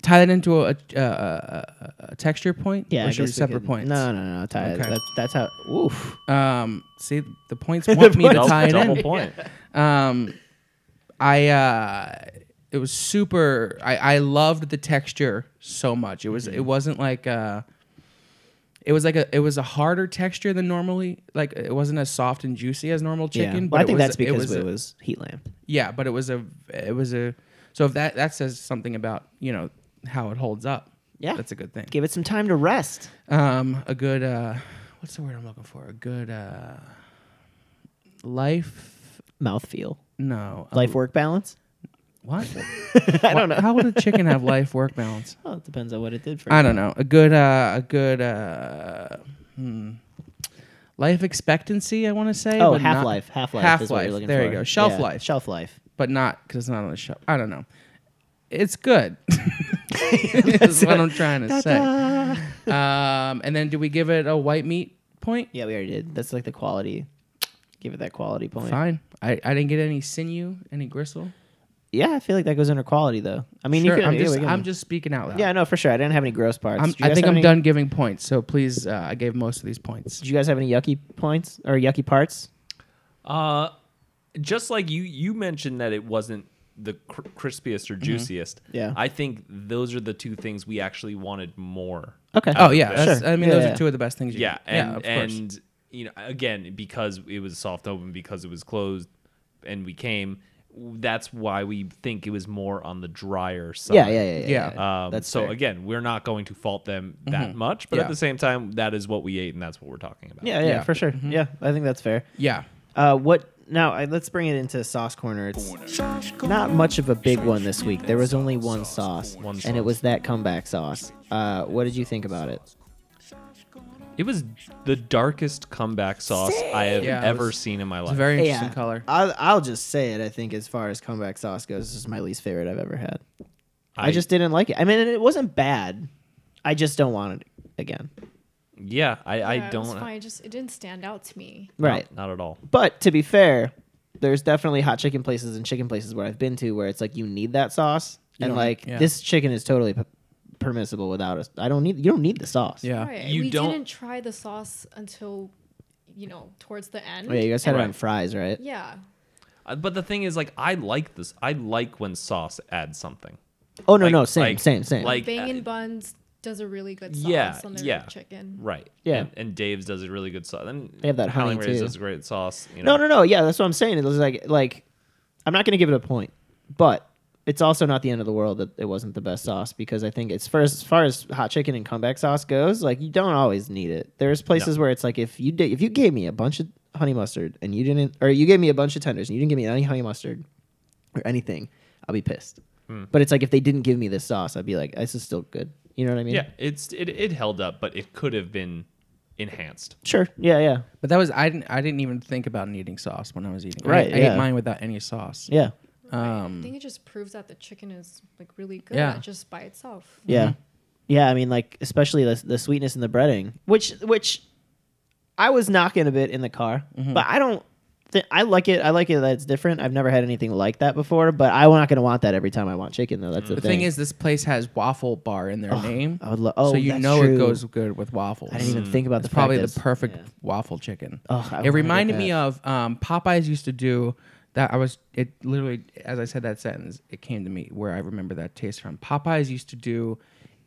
Tie that into a, a, a, a, a texture point? Yeah, or I should we guess separate could- points? No, no, no. Ty, Okay. that, that's how. Oof. Um, see, the points want me to Double, tie it double in. point. Um, I uh, it was super. I I loved the texture so much. It was Mm-hmm. it wasn't like uh, it was like a it was a harder texture than normally. Like it wasn't as soft and juicy as normal Yeah. chicken. Well, But I it think was- that's because it was, a- heat lamp. yeah, but it was a it was a so if that that says something about you know how it holds up. Yeah. that's a good thing. Give it some time to rest. Um, a good uh, what's the word I'm looking for? A good uh, life. Mouthfeel. Oh. No, a- Life work balance. What? I don't know. How would a chicken have life work balance? Well, Oh, it depends on what it did for I you. don't know. A good, uh, a good, uh, hmm, life expectancy. I want to say. Oh, but not- half life. Half life. Is what Half-Life, you're looking there you for. go. Shelf Yeah, life. Shelf life. but not because it's not on the shelf. I don't know. It's good. That's what I'm trying to say. Um, and then, do we give it a white meat point? Yeah, we already did. That's like the quality. Give it that quality point. Fine. I, I didn't get any sinew, any gristle. Yeah, I feel like that goes under quality though. I mean, Sure, you can. I'm yeah, just we can- I'm just speaking out loud. Yeah, no, for sure. I didn't have any gross parts. I'm, Did you I guys think have I'm any- done giving points. So please, uh, I gave most of these points. Did you guys have any yucky points or yucky parts? Uh, just like you, you mentioned that it wasn't the cr- crispiest or juiciest. Mm-hmm. Yeah. I think those are the two things we actually wanted more. Okay. Oh yeah, Sure. that's, I mean Yeah, those yeah. are two of the best things. You Yeah, can- and yeah, of course. and you know, again, because it was soft open, because it was closed, and we came. That's why we think it was more on the drier side. Yeah, yeah, yeah, yeah. Yeah. Um, That's so fair. Mm-hmm. again, we're not going to fault them that much, but Yeah. at the same time, that is what we ate, and that's what we're talking about. Yeah, yeah, Yeah. Mm-hmm. for sure. Yeah, I think that's fair. yeah, Uh, what now? I, let's bring it into sauce corner. It's not much of a big one this week. There was only one sauce, One and it sauce. was that comeback sauce. Uh, what did you think about it? It was the darkest comeback sauce I have Yeah, it ever was- seen in my it's a life. very interesting color. I'll, I'll just say it. I think as far as comeback sauce goes, this is my least favorite I've ever had. I, just didn't like it. I mean, it wasn't bad. I just don't want it again. yeah, I, I Yeah, it was don't fine. It just it didn't stand out to me. Right. No, not at all. But to be fair, there's definitely hot chicken places and chicken places where I've been to where it's like you need that sauce, and don't- like yeah. this chicken is totally p- permissible without us. I don't need you don't need the sauce. Yeah, Right. You we don't- didn't try the sauce until, you know, towards the end. Oh, yeah, you guys had it Right. on fries, right? Yeah. Uh, But the thing is, like, I like this. I like when sauce adds something. Oh no, Like- no, same, like- same, same. like- Bangin' buns does a really good sauce Yeah, on their yeah. chicken. Right. Yeah. And, and Dave's does a really good sauce. And They have that honey, Howling Rays too. does a great sauce. You know. No, no, no. Yeah, that's what I'm saying. It was like like I'm not gonna give it a point, but it's also not the end of the world that it wasn't the best sauce because I think it's first as far as hot chicken and comeback sauce goes, like you don't always need it. There's places where it's like if you did if you gave me a bunch of honey mustard and you didn't or you gave me a bunch of tenders and you didn't give me any honey mustard or anything, I'll be pissed. But it's like if they didn't give me this sauce, I'd be like, this is still good. You know what I mean? Yeah. It's it, it held up, but it could have been enhanced. Sure. Yeah, yeah. But that was I didn't I didn't even think about needing sauce when I was eating. I- Right, I, yeah. ate mine without any sauce. Yeah. I Mm. Um, think it just proves that the chicken is like really good Yeah. just by itself. Yeah. Yeah, I mean like especially the the sweetness in the breading, which which I was knocking a bit in the car, but I don't thi- I like it. I like it that it's different. I've never had anything like that before, but I'm not going to want that every time I want chicken though. That's the, the thing is, this place has waffle bar in their name, I would lo- oh, so you that's know true. it goes good with waffles. I didn't even think about It's the fact probably that the it's- perfect yeah. waffle chicken. Oh, I it wanted reminded that. me of um, Popeyes used to do that. I was it literally as I said that sentence, it came to me where I remember that taste from. Popeyes used to do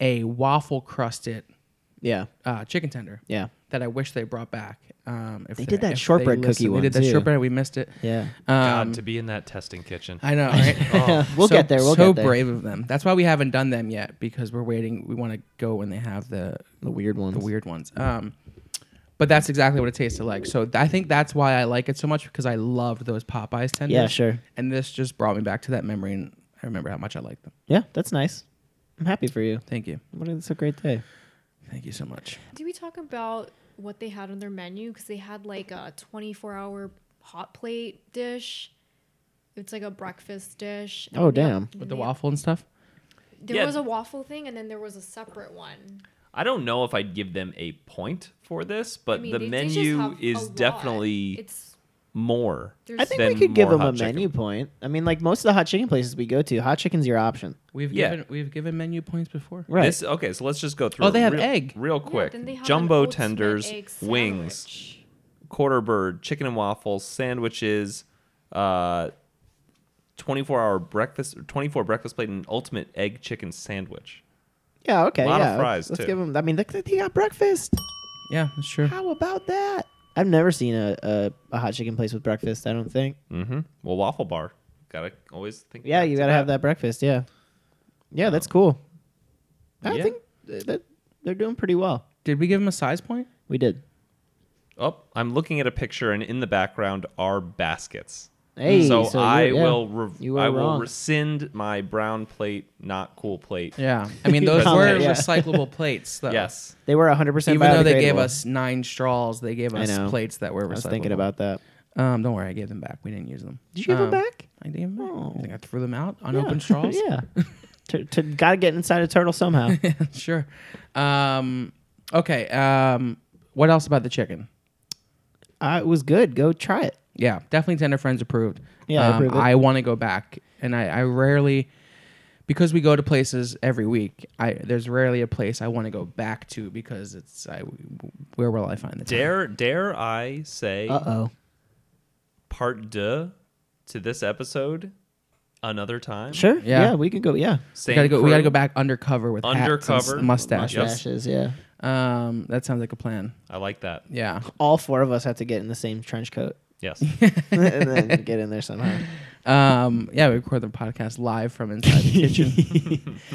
a waffle crusted Yeah. uh, chicken tender. Yeah. That I wish they brought back. Um, if They did that if they shortbread cookie listened- one, They did that too. shortbread. We missed it. Yeah. Um, God, to be in that testing kitchen. I know, right? Oh, We'll So- get there, we'll so get there. brave of them. That's why we haven't done them yet because we're waiting. We want to go when they have the The weird ones. the weird ones. Um, but that's exactly what it tasted like. So th- I think that's why I like it so much because I loved those Popeyes tenders. Yeah, sure. And this just brought me back to that memory, and I remember how much I liked them. Yeah, that's nice. I'm happy for you. Thank you, What a- it's a great day. thank you so much. Did we talk about what they had on their menu? Because they had like a 24 hour hot plate dish. It's like a breakfast dish. and Oh, they had- damn. and With the they had- waffle and stuff. There Yeah. was a waffle thing, and then there was a separate one. I don't know if I'd give them a point for this, but I mean, the they- they just menu have a is lot. definitely It's more. There's- I think than we could give more them a hot chicken. menu point. I mean, like most of the hot chicken places we go to, hot chicken's your option. We've Yeah. given we've given menu points before. Right. This okay, so let's just go through. Oh, they have real, egg. real Yeah, quick. then they have an Jumbo oat split tenders, egg wings, sandwich. quarter bird, chicken and waffles, sandwiches, uh, twenty-four hour breakfast, twenty-four breakfast plate, and ultimate egg chicken sandwich. yeah, okay. lot of yeah. fries, let's too. let's give them I mean, they, they got breakfast. Yeah, that's true. How about that? I've never seen a, a, a hot chicken place with breakfast. I don't think. Mm-hmm. Well, waffle bar. Gotta always think. Yeah, back you to gotta have that breakfast. Yeah, yeah, that's cool. I Yeah. think th- that they're doing pretty well. Did we give him a size point? We did. Oh, I'm looking at a picture, and in the background are baskets. Hey, so, so I you're- yeah, will. Re- you were I will wrong. rescind my brown plate, not cool plate. Yeah, I mean those Because- were Yeah. recyclable plates. Though. Yes. they were 100 percent. Even though they gave us nine straws, they gave I us know. plates that were recyclable. I was thinking about that. Um, don't worry, I gave them back. We didn't use them. Did you give Um, them back? I gave them back. Oh. I think I threw them out Yeah. unopened straws. yeah. to, to gotta get inside a turtle somehow. sure. Um, okay. Um, what else about the chicken? uh, it was good. Go try it. Yeah, definitely tender friends approved. Yeah, I um, approve it. I want to go back, and I, I rarely, because we go to places every week. I there's rarely a place I want to go back to because it's I where will I find the time? Dare dare I say Uh oh. part deux to this episode another time? Sure. Yeah. Yeah. we can go. Yeah. Same We gotta go. We crew. gotta go back undercover with hats and s- Undercover. mustaches. Mustaches. Yeah. Um, that sounds like a plan. I like that. Yeah. All four of us have to get in the same trench coat Yes. and then get in there somehow. Um, yeah, we record the podcast live from inside the kitchen.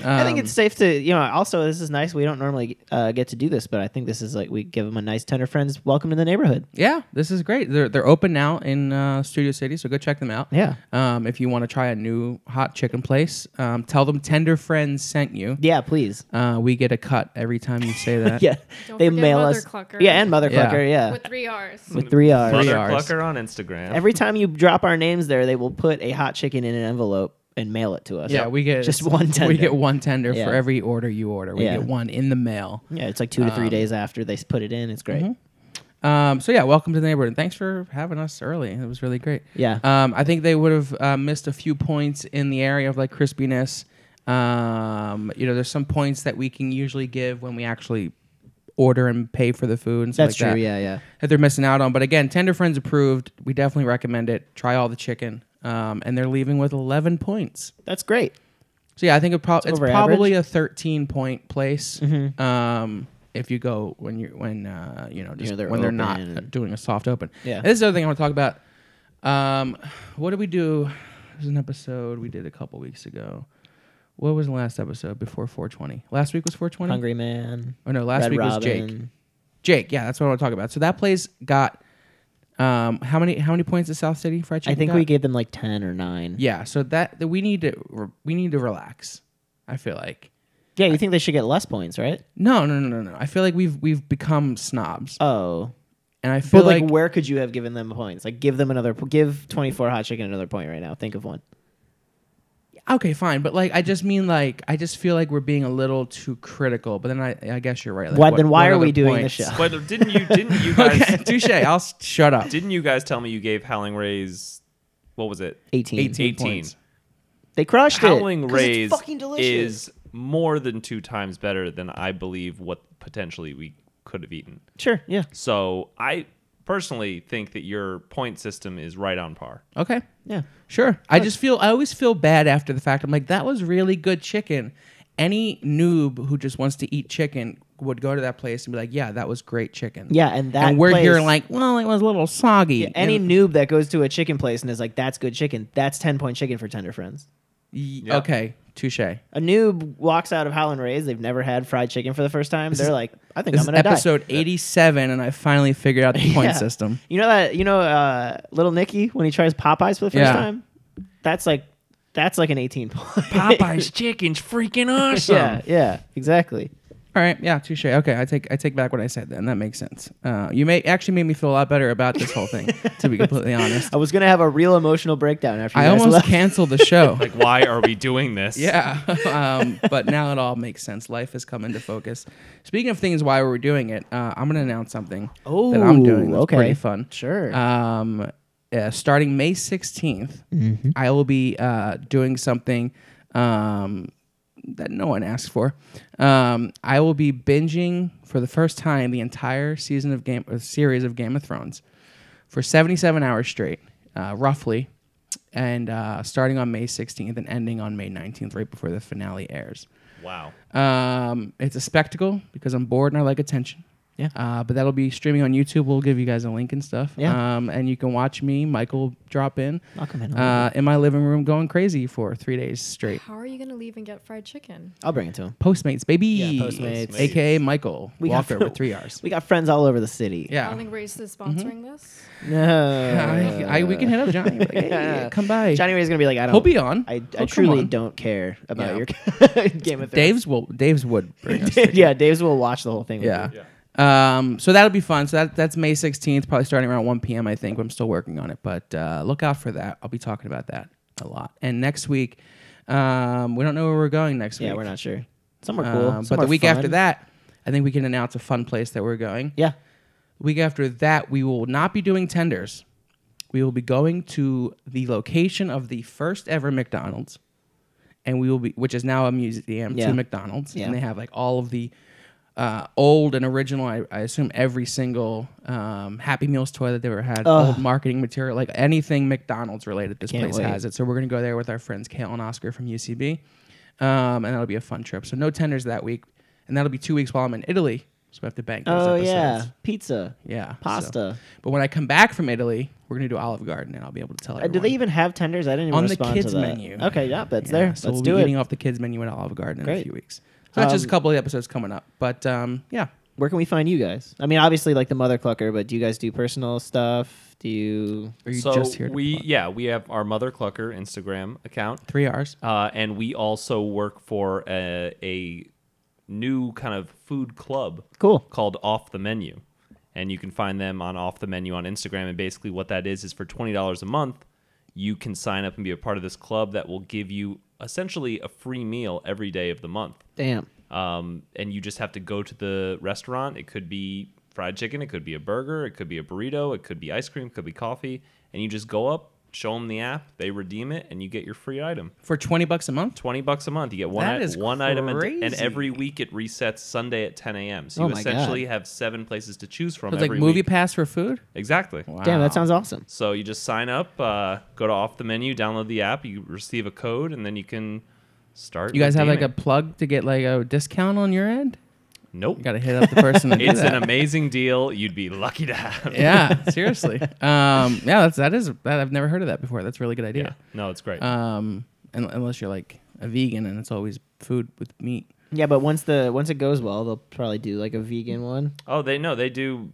I think Um, it's safe to, you know, also, this is nice. We don't normally uh, get to do this, but I think this is like we give them a nice tender friends welcome to the neighborhood. Yeah, this is great. They're they're open now in uh, Studio City, so go check them out. Yeah. Um, if you want to try a new hot chicken place, um, tell them Tender Friends sent you. Yeah, please. Uh, we get a cut every time you say that. Yeah. Don't they forget mail Mother us. Clucker. Yeah, and Mother Yeah. Clucker, yeah. with three R's. With, three R's. Mother R's. Clucker on Instagram. Every time you drop our names there, they will put a hot chicken in an envelope and mail it to us. Yeah, we get just one tender. We get one tender Yeah. for every order you order. We Yeah. get one in the mail. Yeah, it's like two to three days after they s- put it in. It's great. Mm-hmm. Um, so yeah, welcome to the neighborhood. and Thanks for having us early. It was really great. Yeah. Um, I think they would have uh, missed a few points in the area of like crispiness. Um, you know, there's some points that we can usually give when we actually order and pay for the food. And stuff That's like true. That. Yeah, yeah. that they're missing out on. But again, Tender Friends approved. We definitely recommend it. Try all the chicken. Um, and they're leaving with 11 points. That's great. So yeah, I think it prob- It's it's, over probably a 13 point place. Mhm. Um, if you go when you when uh, you know just they're when they're open not and- doing a soft open. Yeah. And this is the other thing I want to talk about. Um, what did we do? There's an episode we did a couple weeks ago. What was the last episode before 420? Last week was 420. Hungry Man. Oh no, last Red week was Robin. Jake. Jake, yeah, that's what I want to talk about. So that place got um how many how many points did South City Fried Chicken? I think got? we gave them like ten or nine. Yeah, so that, that we need to re- we need to relax. I feel like Yeah, you think they should get less points, right? no, no, no, no, no. I feel like we've we've become snobs, Oh, and I feel but like, like where could you have given them points? Like, give them another. Give twenty four hot chicken another point right now. Think of one. okay, fine, but like I just mean like I just feel like we're being a little too critical. But then I I guess you're right. Like, Why- then why are other we doing this points? show? But didn't you didn't you guys okay, touche. I'll s- shut up. didn't you guys tell me you gave Howling Rays what was it? 18. 18. points. They crushed Howling it. 'Cause Rays It's fucking delicious. is more than two times better than I believe what potentially we could have eaten. Sure. Yeah. So I personally think that your point system is right on par. Okay, Yeah. sure. I just feel I always feel bad after the fact. I'm like that was really good chicken. Any noob who just wants to eat chicken would go to that place and be like, yeah, that was great chicken. Yeah, and that and we're place, here like, well, it was a little soggy. Yeah, any And- noob that goes to a chicken place and is like, "That's good chicken," that's ten point chicken for Tender Friends. Y- Yeah. okay, touche. A noob walks out of Howlin' Rays, they've never had fried chicken for the first time. They're like, "I think This I'm is gonna die." episode eighty-seven, and I finally figured out the point Yeah. system. You know that you know uh, little Nicky when he tries Popeyes for the first Yeah. time. That's like that's like an eighteen point. chicken's freaking yeah, yeah, exactly. All right, yeah, touche. Okay, I take I take back what I said. Then that makes sense. Uh, you may actually made me feel a lot better about this whole thing. to be completely honest, I was gonna have a real emotional breakdown after you I guys almost left. canceled the show. Like why are we doing this? yeah, um, but now it all makes sense. Life has come into focus. Speaking of things, why we're doing it, uh, I'm gonna announce something that I'm doing. That's Oh, okay. pretty fun. Sure. Um, uh, starting May 16th, I will be uh, doing something um, that no one asked for. Um, I will be binging for the first time the entire season of Game, uh, series of Game of Thrones, for 77 hours straight, uh, roughly, and uh, starting on May 16th and ending on May 19th, right before the finale airs. Wow. Um, it's a spectacle because I'm bored and I like attention. Yeah. Uh, but that'll be streaming on YouTube. We'll give you guys a link and stuff. Yeah. Um, and you can watch me, Michael, drop in. I'll come in a Uh, in my living room, going crazy for three days straight. How are you gonna leave and get fried chicken? I'll bring it to him. Postmates, baby. Yeah, Postmates. AKA Michael We got- Walker with three R's. We got friends all over the city. Yeah. Uh, Howling Rays is Mm-hmm. sponsoring this. No. I, I- we can hit up Johnny. Like, hey, Yeah. Come by. Johnny Ray's gonna be like, I don't. He'll be on. I, He'll I come truly on. don't care about Yeah. your Game of Thrones. Dave's will. Dave's would bring us. yeah, Dave's will watch the whole thing. with Yeah. you. Um, so that'll be fun. So that, that's May 16th, probably starting around 1 p.m. I think. I'm still working on it, but uh, look out for that. I'll be talking about that a lot. And next week, um, we don't know where we're going next week. yeah, we're not sure. Some are cool, Um, some but the are week after fun. that, I think we can announce a fun place that we're going. yeah, Week after that, we will not be doing tenders. We will be going to the location of the first ever McDonald's, and we will be, which is now a museum Yeah. to McDonald's, Yeah. and they have like all of the uh, old and original. I, I assume every single um, Happy Meals toy that they ever had, old marketing material, like anything McDonald's related. This Can't place wait. has it, so we're gonna go there with our friends Kale and Oscar from UCB, um, and that'll be a fun trip. So no tenders that week, and that'll be two weeks while I'm in Italy. So we have to bank those oh episodes. yeah, pizza, Yeah. so- pasta. But when I come back from Italy, we're gonna do Olive Garden, and I'll be able to tell. Uh, Everyone. do they even have tenders? I didn't even on the respond kids to that. menu? Okay, yeah, that's Yeah, there. So Let's we'll do be it. eating off the kids menu at Olive Garden in Great. a few weeks. So that's just a Um, couple of episodes coming up. But um, yeah, Where can we find you guys? I mean, obviously like the mother clucker, but do you guys do personal stuff? Do you? are you so just here? To we plug? yeah, we have our Mother Clucker Instagram account. three R's. Uh, and we also work for a, a new kind of food club Cool. called Off the Menu. And you can find them on Off the Menu on Instagram. And basically, what that is is for $20 a month, you can sign up and be a part of this club that will give you essentially a free meal every day of the month. Damn. Um, and you just have to go to the restaurant. It could be fried chicken, it could be a burger, it could be a burrito, it could be ice cream, it could be coffee. And you just go up, show them the app, they redeem it, and you get your free item For twenty bucks a month. twenty bucks a month. You get one That i- is one item, a d- and crazy. every week it resets Sunday at ten a.m. So Oh you my essentially have seven places to choose from. So it's like every movie week. pass for food. exactly. Damn, Wow. that sounds awesome. So you just sign up, uh, go to off the menu, download the app, you receive a code, and then you can Start. You with guys have like a Damon. plug to get like a discount on your end? nope. You got to hit up the person. to do It's that. an amazing deal. You'd be lucky to have. yeah, seriously. Um, yeah, that's that is that I've never heard of that before. That's a really good Yeah. idea. No, it's great. Um, un- unless you're like a vegan and it's always food with meat. Yeah, but once the once it goes well, they'll probably do like a vegan one. oh, they no, they do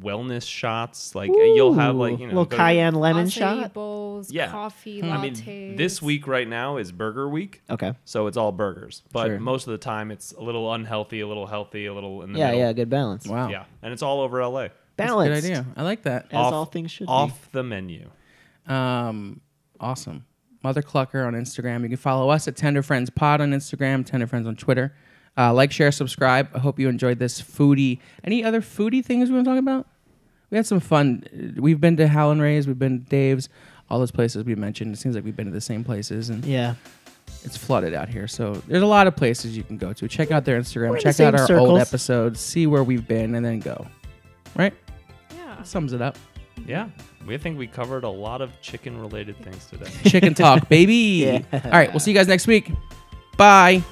wellness shots. Like you'll have like you know little go to- cayenne lemon Acai shot. bowls, Yeah. Hmm. coffee, I mean, lattes. this week right now is Burger Week. Okay. So it's all burgers, but Sure. most of the time it's a little unhealthy, a little healthy, a little in the Yeah, middle. yeah, good balance. Wow. yeah, and it's all over LA. That's a Balance. Good idea. I like that. As Off- all things should be. Off the menu. Um, awesome. Mother Clucker on Instagram. You can follow us at Tender Friends Pod on Instagram, Tender Friends on Twitter. Uh, like, share, subscribe. I hope you enjoyed this foodie. Any other foodie things we want to talk about? We had some fun. We've been to Howlin' Ray's, we've been to Dave's, all those places we mentioned. It seems like we've been to the same places, and Yeah. it's flooded out here. So there's a lot of places you can go to. Check out their Instagram, We're in the check out same our old circles. episodes, see where we've been, and then go. Right? Yeah. Sums it up. Yeah, we think we covered a lot of chicken related things today. Chicken talk, baby. All right, we'll see you guys next week. Bye.